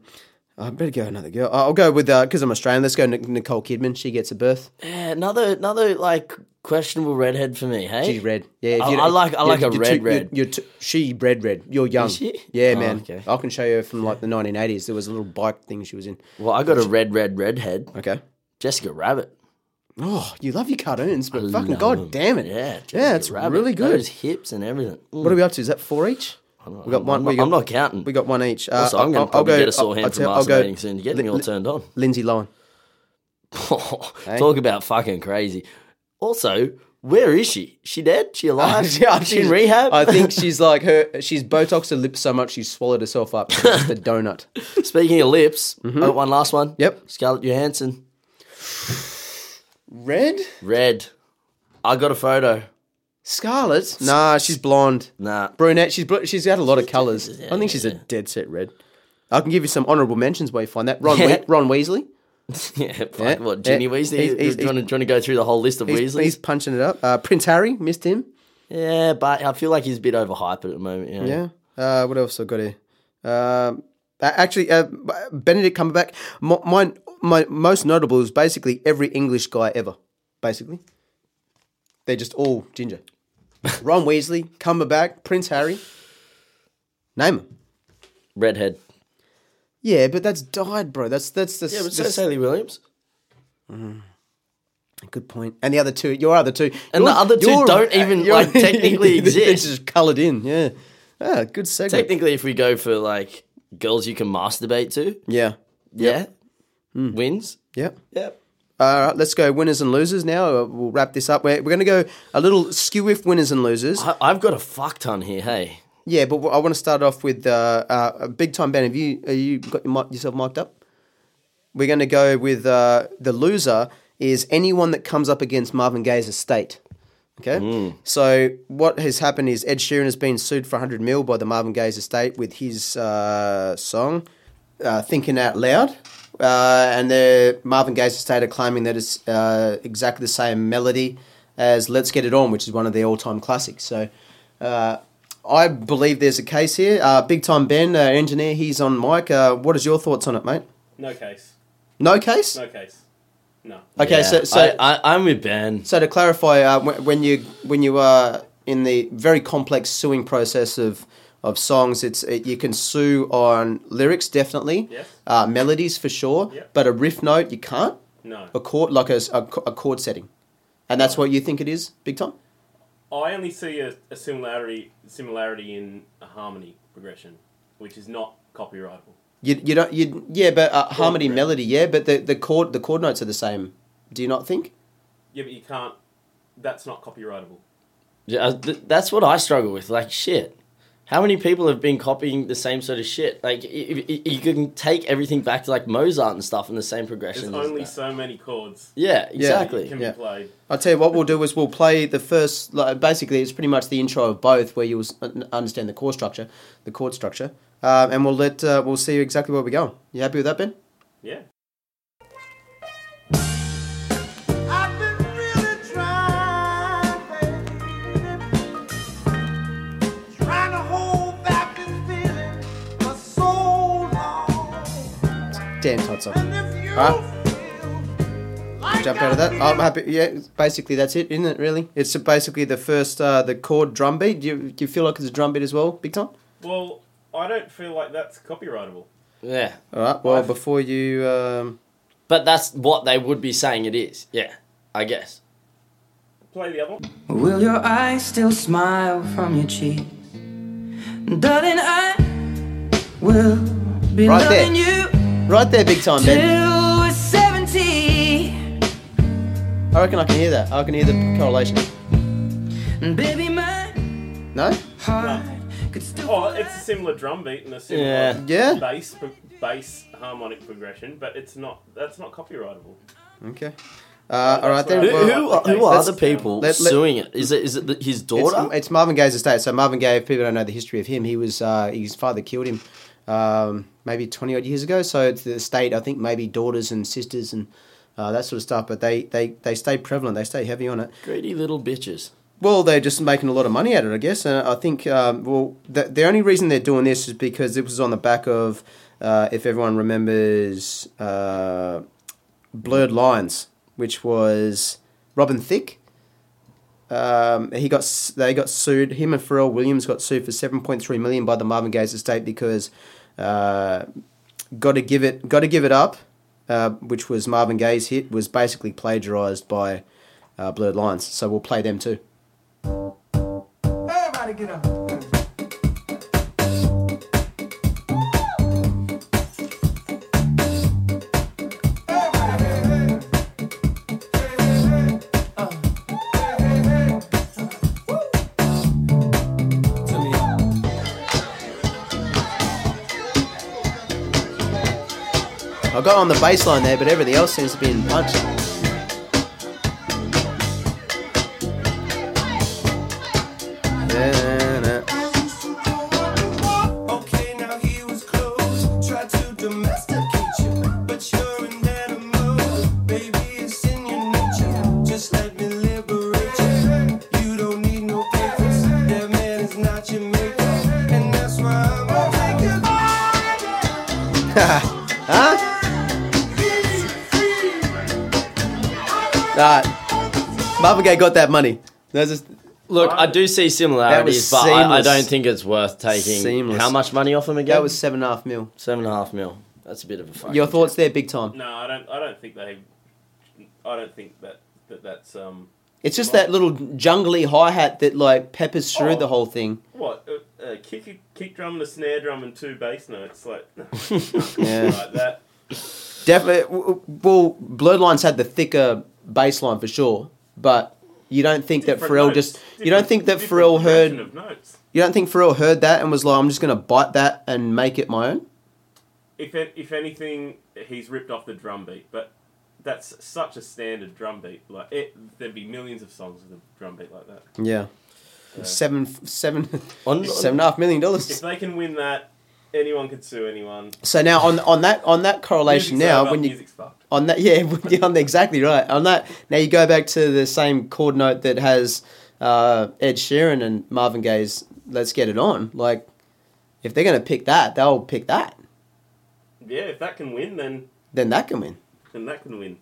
I better go another girl. Uh, I'll go with because I'm Australian. Let's go Nic- Nicole Kidman. She gets a birth.
Yeah, another another like questionable redhead for me. Hey,
She's red. Yeah, if
I-
you
I like- I like a
you're
red
too-
red.
You're, you're too- she red red. You're young.
she?
Yeah,
Oh,
man.
okay.
I can show you from like the 1980s. There was a little bike thing she was in.
Well, I got a red, red, redhead.
Okay.
Jessica Rabbit.
Oh, you love your cartoons, but fucking
love
god
'em.
damn it!
Yeah,
yeah,
Jessica
it's
Rabbit.
really good.
Those hips and everything. Mm.
What are we up to? Is that four each? We got one.
I'm,
we
not,
got,
I'm not counting.
We got one each. Uh,
so I'm
I'll-
going
I'll
to probably
go-
get a sore
I'll-
hand
I'll
from
tell- I'll go-
masturbating soon. You're getting me all turned on.
Lindsay Lohan.
Talk about fucking crazy. Also, where is she? She dead? She alive? she in
She's-
rehab?
I think she's like her. She's Botox her lips so much she swallowed herself up. It's the donut.
Speaking of lips, oh, one last one.
Mm-hmm. Yep.
Scarlett Johansson.
Red
Red. I got a photo.
Scarlet. Nah, she's blonde.
Nah.
brunette. She's bl- she's got a lot of colours. I think she's a dead set red. I can give you some honourable mentions where you find that Ron
Yeah.
we- Ron Weasley.
yeah, fuck,
Yeah,
what, Ginny
yeah.
Weasley?
He's-
You-
he's-
you want to, do you want to go through the whole list of
He's,
Weasleys?
he's punching it up. Uh, Prince Harry missed him.
yeah, but I feel like he's a bit overhyped at the moment. You know?
Yeah. Uh, what else I got here? Um, uh, actually, uh, B- Benedict Cumberbatch. My, my my most notable is basically every English guy ever. Basically, they're just all ginger. Ron Weasley, Cumberbatch, Prince Harry. Name 'em.
Redhead.
Yeah, but that's died, bro. That's that's the,
Yeah, but so
the
Sally Williams.
Good point. And the other two, your other two,
And
your-
the other two
your-
don't even,
your-
like, technically
They're
exist.
just coloured in. Yeah. Ah, good segue.
Technically, if we go for like girls you can masturbate to,
yeah.
yeah, wins.
Yep.
Hmm. Yep.
All right, let's go winners and losers now. Uh, We'll wrap this up. We're, we're going to go a little skew with winners and losers.
I, I've got a fuck ton here. Hey,
Yeah, but I want to start off with uh, uh, a big time Ben. Have you are you got your mic, yourself mic'd up? We're going to go with uh, the loser is anyone that comes up against Marvin Gaye's estate. Okay, so what has happened is Ed Sheeran has been sued for 100 mil by the Marvin Gaye's estate with his uh, song uh, "Thinking Out Loud," uh, and the Marvin Gaye's estate are claiming that it's uh, exactly the same melody as "Let's Get It On," which is one of their all-time classics. So. Uh, I believe there's a case here. Uh, Big time Ben, uh, engineer, he's on mic. Uh, what is your thoughts on it, mate?
No case.
No case.
No case. No.
Okay,
Yeah.
so so
I, I, I'm with Ben.
so to clarify, uh, wh- when you when you are in the very complex suing process of of songs, it's it, you can sue on lyrics definitely,
Yes.
uh, melodies for sure,
Yep.
but a riff note you can't.
No.
A chord like a, s- a co- a chord setting, and that's what you think it is, Big time.
I only see a, a similarity similarity in a harmony progression, which is not copyrightable.
You you don't you yeah, but uh, harmony
riff.
melody yeah, but the the chord the chord notes are the same. Do you not think?
Yeah, but you can't. That's not copyrightable.
Yeah, th- that's what I struggle with. Like shit. How many people have been copying the same sort of shit? Like y y- you can take everything back to like Mozart and stuff in the same
There's
progression. as
only
that.
so many chords
yeah,
that
exactly.
can
Yeah.
be played.
I'll tell you what we'll do is we'll play the first. Like, basically, it's pretty much the intro of both, where you'll s- un- understand the core structure, the chord structure, um, and we'll let uh, we'll see exactly where we're going. You happy with that, Ben?
Yeah.
I've been really trying, baby, trying to hold back this feeling for so long.
Dan Totson.
And if you
Huh?
feel like
Jump out of that. oh, I'm happy. Yeah, basically that's it, isn't it? Really, it's basically the first uh, the chord drum beat. Do you, do you feel like it's a drum beat as well, big time?
Well, I don't feel like that's copyrightable.
Yeah,
All right. Well, before you, um,
but that's what they would be saying it is. Yeah, I guess.
Play the other one.
Will your eyes still smile from your cheeks? Darling, I Well, been
Right there.
loving you
Right there, big time, Ben.
till we're 70.
I reckon I can hear that. I can hear the correlation.
And baby, my
No?
heart could still.
Oh, it's a similar drum beat and a similar
Yeah.
Yeah?
bass pro- bass harmonic progression, but it's not. That's not copyrightable.
Okay. Uh, all right then.
Who,
Well,
who, are- who are
let's-
the people
let- let-
suing it? Is it is it the, his
It's,
daughter?
it's Marvin Gaye's estate. So Marvin Gaye, if people don't know the history of him, he was uh, his father killed him um, maybe twenty odd years ago. So it's the estate, I think maybe daughters and sisters and uh, that sort of stuff. But they, they they stay prevalent. They stay heavy on it.
Greedy little bitches.
Well, they're just making a lot of money at it, I guess. And I think, um, well, the, the only reason they're doing this is because it was on the back of, uh, if everyone remembers, uh, Blurred Lines, which was Robin Thicke. Um, he got s- they got sued. Him and Pharrell Williams got sued for seven point three million by the Marvin Gaye's estate because uh, "Got to Give It Got to Give It Up," uh, which was Marvin Gaye's hit, was basically plagiarized by uh, Blurred Lines. So we'll play them too.
Everybody get up. Uh.
I got on the baseline there, but everything else seems to be in punch. Da-na.
Okay, now he was close. Tried to domesticate you, but you're an animal. Baby, it's in your nature. Just let me liberate you. You don't need no papers. That man is not your maker, and that's why I'm a taker.
Huh? Alright. Marvin Gaye got that money. That's just,
Look, I do see similarities, but I, I
seamless.
don't think it's worth taking
Seamless.
how much money off him again.
that was seven and a half mil.
seven and a half mil. That's a bit of a fucking.
Your thoughts there, big time.
No, I don't. I don't think they. I don't think that, that that's um.
It's just that little jungly hi hat that like peppers through
Oh.
the whole thing.
What a, a kick, kick drum and a snare drum and two bass notes like,
Yeah.
like that.
Definitely. Well, Blurred Lines had the thicker bass line for sure, but you don't think that
Different
Pharrell
notes,
just. You don't
different-
think that
different
Pharrell heard.
progression Of notes.
You don't think Pharrell heard that and was like, I'm just going to bite that and make it my own?
If it, if anything, he's ripped off the drum beat, but that's such a standard drum beat. Like it, there'd be millions of songs with a drum beat like that.
Yeah. Seven, seven,
On-
seven and a half million
If
dollars.
they can win that, anyone could sue anyone.
So now on on that on that correlation
Music's
now
over,
when you
music's fucked.
on that yeah you're on exactly right on that now you go back to the same chord note that has uh, Ed Sheeran and Marvin Gaye's "Let's Get It On." Like if they're gonna pick that, they'll pick that.
Yeah, if that can win, then
Then that can win.
then that can win.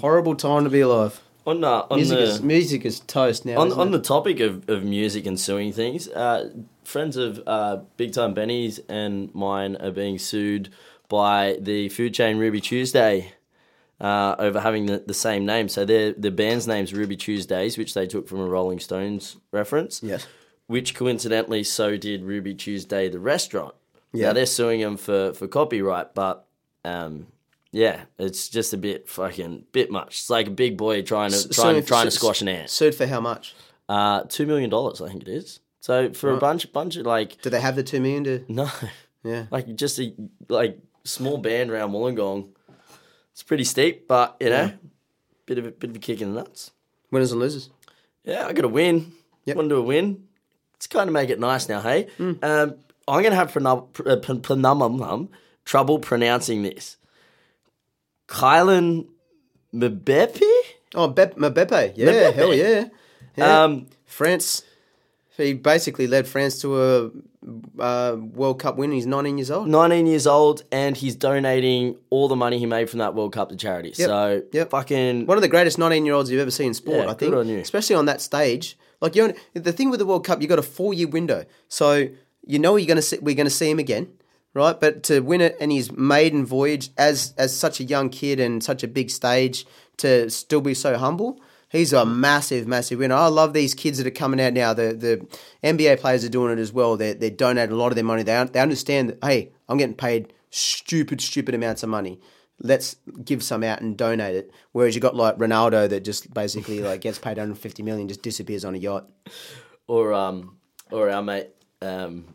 Horrible time to be alive.
on the, Mm. on
Music
the,
is music is toast now.
on,
isn't
on
it?
the topic of, of music and suing things, uh, friends of uh, Big Time Benny's and mine are being sued by the food chain Ruby Tuesday uh, over having the, the same name. So their the band's name's Ruby Tuesdays, which they took from a Rolling Stones reference.
Yes.
Which coincidentally, so did Ruby Tuesday, the restaurant. Yeah.
Yeah.
Now they're suing them for, for copyright, but um, yeah, it's just a bit fucking bit much. It's like a big boy trying to
S-
trying,
sued-
trying to
su-
squash an ant.
Sued for how much?
Uh, two million dollars, I think it is. So for a bunch, bunch of like
Do they have the two million to?
no,
Yeah.
like just a like small band around Wollongong. It's pretty steep, but you know, bit of a bit of a kick in the nuts.
Winners and losers.
Yeah, I got a win.
Yep. Mm.
Want to do a win? It's kind of make it nice now, hey. Um, I'm gonna have pronum- pr- uh, pr- pronum- um, trouble pronouncing this. Kylan Mbepe.
Oh, Bep- Mbappe. Yeah,
Mbappe.
hell yeah. Yeah.
Um,
France. He basically led France to a uh, World Cup win. He's 19 years old.
19 years old and he's donating all the money he made from that World Cup to charity. So
Yep.
fucking
One of the greatest 19 year olds you've ever seen in sport,
Yeah,
I
good
think.
on you.
Especially on that stage. Like you're, the thing with the World Cup, you've got a four year window. So you know you're gonna see, we're going to see him again, right? But to win it and his maiden voyage as, as such a young kid and such a big stage to still be so humble. He's a massive, massive winner. I love these kids that are coming out now. The the NBA players are doing it as well. They they donate a lot of their money. They un- they understand that hey, I'm getting paid stupid, stupid amounts of money. Let's give some out and donate it. Whereas you got like Ronaldo that just basically like gets paid 150 million, just disappears on a yacht.
or um or our mate um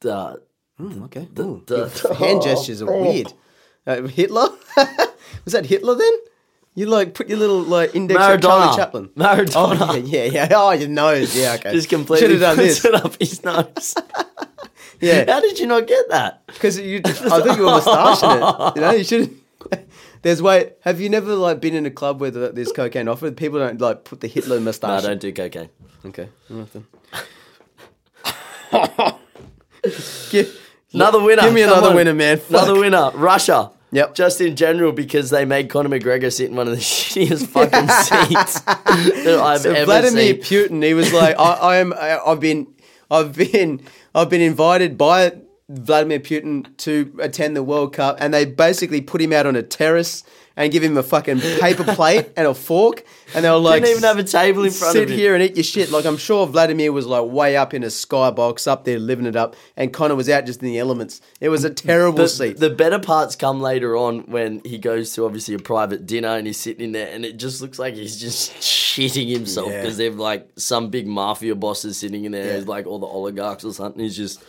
the Hmm,
Okay, Ooh,
the
hand gestures are weird. Uh, Hitler was that Hitler then? You like put your little like index on Charlie
Maradona
Chaplin.
Maradona
Oh, yeah, yeah, yeah. Oh, your nose. Yeah, okay.
just completely
Should have done
puts
this.
it up his nose.
Yeah,
How did you not get that?
because you. I thought you were mustaching it. You know, you should. There's way. Have you never like been in a club where the- there's cocaine offered? People don't like put the Hitler
No, I
mustache.
don't do cocaine.
Okay. Nothing. give,
Another winner.
give me
come
another
on.
winner, man.
Ah, Another
Fuck.
winner. Russia.
Yep.
Just in general, because they made Conor McGregor sit in one of the shittiest fucking seats that I've
So
ever
Vladimir
seen.
Putin, he was like, I, I am, I, I've been, I've been, I've been invited by Vladimir Putin to attend the World Cup, and they basically put him out on a terrace and give him a fucking paper plate and a fork, and they were like,
Didn't even have a table in front
sit
of him.
here and eat your shit. Like I'm sure Vladimir was like way up in a skybox up there living it up, and Connor was out just in the elements. It was a terrible
The,
seat.
the better parts come later on when he goes to obviously a private dinner and he's sitting in there and it just looks like he's just shitting himself
Yeah.
because they've like some big mafia bosses sitting in there.
Yeah.
He's like all the oligarchs or something. He's just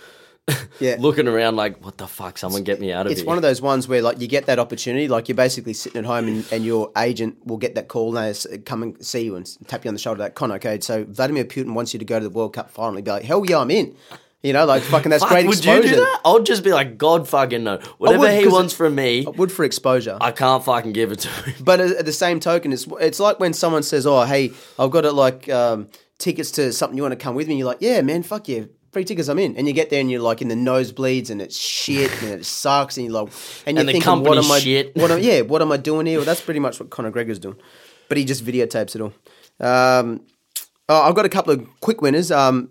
yeah.
looking around like, what the fuck? Someone get me out of
it's
here.
one of those ones where like you get that opportunity like you're basically sitting at home and, and your agent will get that call and they s- come and see you and s- tap you on the shoulder like con okay so vladimir putin wants you to go to the world cup final and be like hell yeah i'm in you know like fucking that's
Fuck,
great
would
exposure
you do that? I'll just be like, God fucking no. Whatever he
'cause
wants
it-
from me,
I would for exposure
I can't fucking give it to him.
but at at the same token it's it's like when someone says oh hey i've got it like um, tickets to something you want to come with me you're like yeah man fuck yeah Free tickets, I'm in, and you get there, and you're like in the nosebleeds, and it's shit, and it sucks, and you're like, and you're
the
thinking, what
company's
am I,
shit.
what am, yeah, what am I doing here? Well, that's pretty much what Conor Gregor's doing, but he just videotapes it all. Um, oh, I've got a couple of quick winners. Um,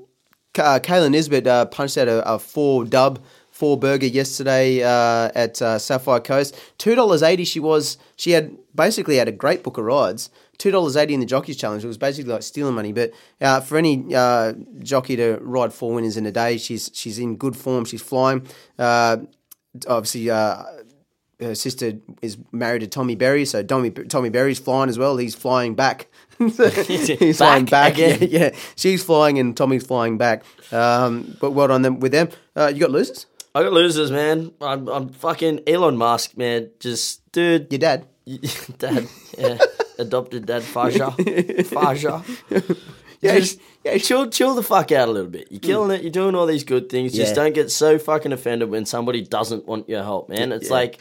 K- uh, Kayla Nisbet uh, punched out a, a four dub, four burger yesterday uh, at uh, Sapphire Coast. Two dollars eighty. She was she had basically had a great book of rides. Two dollars eighty in the Jockeys Challenge. It was basically like stealing money. But uh, for any uh, jockey to ride four winners in a day, she's she's in good form. She's flying. Uh, obviously. Uh, her sister is married to Tommy Berry, so Tommy Tommy Berry's flying as well. He's flying back. he's flying back.
again.
Yeah, yeah, she's flying and Tommy's flying back. Um, but well done them with them. Uh, you got losers.
I got losers, man. I'm, I'm fucking Elon Musk, man. Just, dude.
Your dad.
dad. Yeah. eh, Adopted dad, Faja. Faja.
Yeah,
Just, yeah, chill, chill the fuck out a little bit. You're killing it. You're doing all these good things. Just
Yeah.
don't get so fucking offended when somebody doesn't want your help, man. It's
Yeah.
like,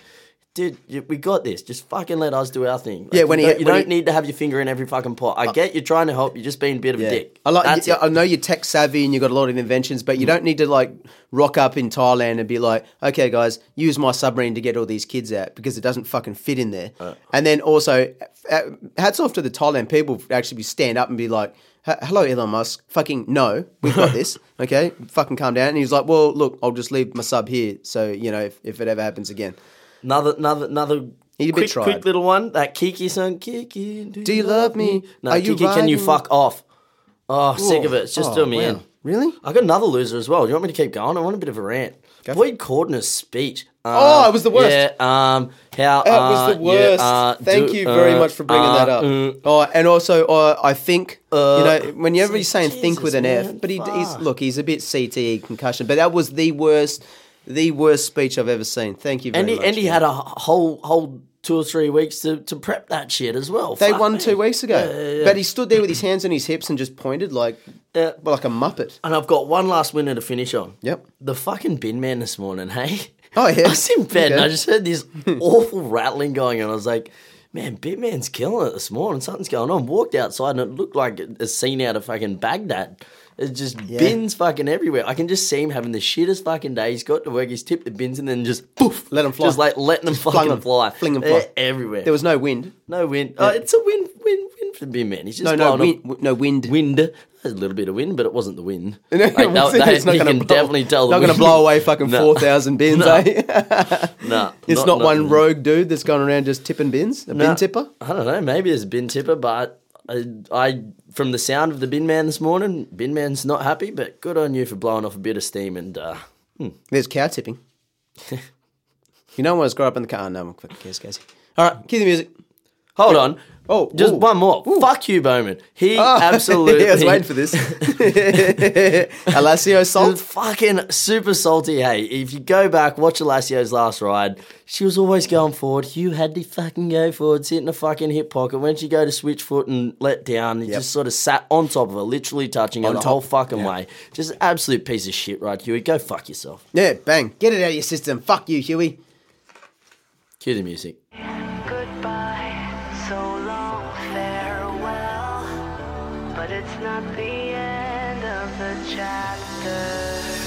dude, you- we got this. Just fucking let us do our thing. Like,
Yeah, when
you
he-
don't, you
when
don't
he-
need to have your finger in every fucking pot. I get you're trying to help. You're just being a bit of a dick.
I like. uh,
That's
yeah,
it.
I know you're tech savvy and you've got a lot of inventions, but you don't need to like rock up in Thailand and be like, "Okay, guys, use my submarine to get all these kids out because it doesn't fucking fit in there."
Uh.
and then also, uh, hats off to the Thailand people for actually stand up and be like. "H- Hello, Elon Musk. Fucking no, we've got this. Okay, fucking calm down. And he's like, "Well, look, I'll just leave my sub here, so you know if, if it ever happens again."
Another, another, another.
He's a bit
Quick,
tried.
quick little one. That Kiki song. Kiki, do,
you love me?
No,
Are you
Kiki, can you
riding-
fuck off? Oh, sick of it. It's just
Oh,
doing me
wow.
in.
Really?
I got another loser as well. Do you want me to keep going? I want a bit of a rant.
Go for
Boyd Cordner's speech. Um,
Oh, it was the worst.
Yeah. Um. How
That was
uh,
the
you,
worst.
uh,
Thank
do-
you very
uh,
much for bringing
uh,
that up.
mm.
Oh, and also, uh, I think
Uh,
you know whenever he's saying "think"
Jesus,
with an
man,
F, but he, he's
fuck.
look, he's a bit CTE concussion, but that was the worst, the worst speech I've ever seen. Thank you very
And he
much.
and he had a whole whole two or three weeks to, to prep that shit as well.
they
Fuck
won
me.
two weeks ago,
yeah, yeah.
but he stood there with his hands on his hips and just pointed like,
Yeah.
well, like a muppet.
And I've got one last winner to finish on.
Yep.
The fucking bin man this morning, hey?
Oh, yeah.
I was in bed and
Okay.
I just heard this awful rattling going on. I was like, man, bin man's killing it this morning. Something's going on. Walked outside and it looked like a scene out of fucking Baghdad. It's just bins fucking everywhere. I can just see him having the shittest fucking day. He's got to work, he's tipped the bins and then just poof.
Let 'em fly.
Just like letting them
Flung
fucking
'em.
fly.
Fling 'em
They're
fly.
everywhere.
There was no wind.
no win. Oh, it's a win, win, win to be man. He's just
No, no,
blowing up
wind, w- no wind.
wind. There's a little bit of wind, but it wasn't the wind.
No,
Like, that- that-
it's not
you
gonna
can
blow-
definitely tell. the
Not going to
wind.
blow away fucking
No.
four thousand bins.
No.
eh?
Nah,
It's not, one rogue dude that's going around just tipping bins. A
nah.
bin tipper.
I don't know. Maybe there's a bin tipper, but I, I, from the sound of the bin man this morning, bin man's not happy. But good on you for blowing off a bit of steam and. uh
There's cow tipping. you don't want to screw up in the car. No one fucking cares, Casey. All right, cue the music.
Hold on.
Oh,
Just
ooh.
one more. Fuck you, Bowman. He
Oh,
absolutely.
yeah, I was waiting for this. Alassio
It's
salt.
fucking super salty. Hey, if you go back, watch Alassio's last ride. She was always going forward. You had to fucking go forward, sit in a fucking hip pocket. When she go to switch foot and let down, he
Yep.
just sort of sat on top of her, literally touching her
On
the
top.
whole fucking way. Just an absolute piece of shit, right, Huey? Go fuck yourself.
Yeah, bang. Get it out of your system. Fuck you, Huey.
Cue the music.
Goodbye, so long, farewell. But it's not the end of the chapter.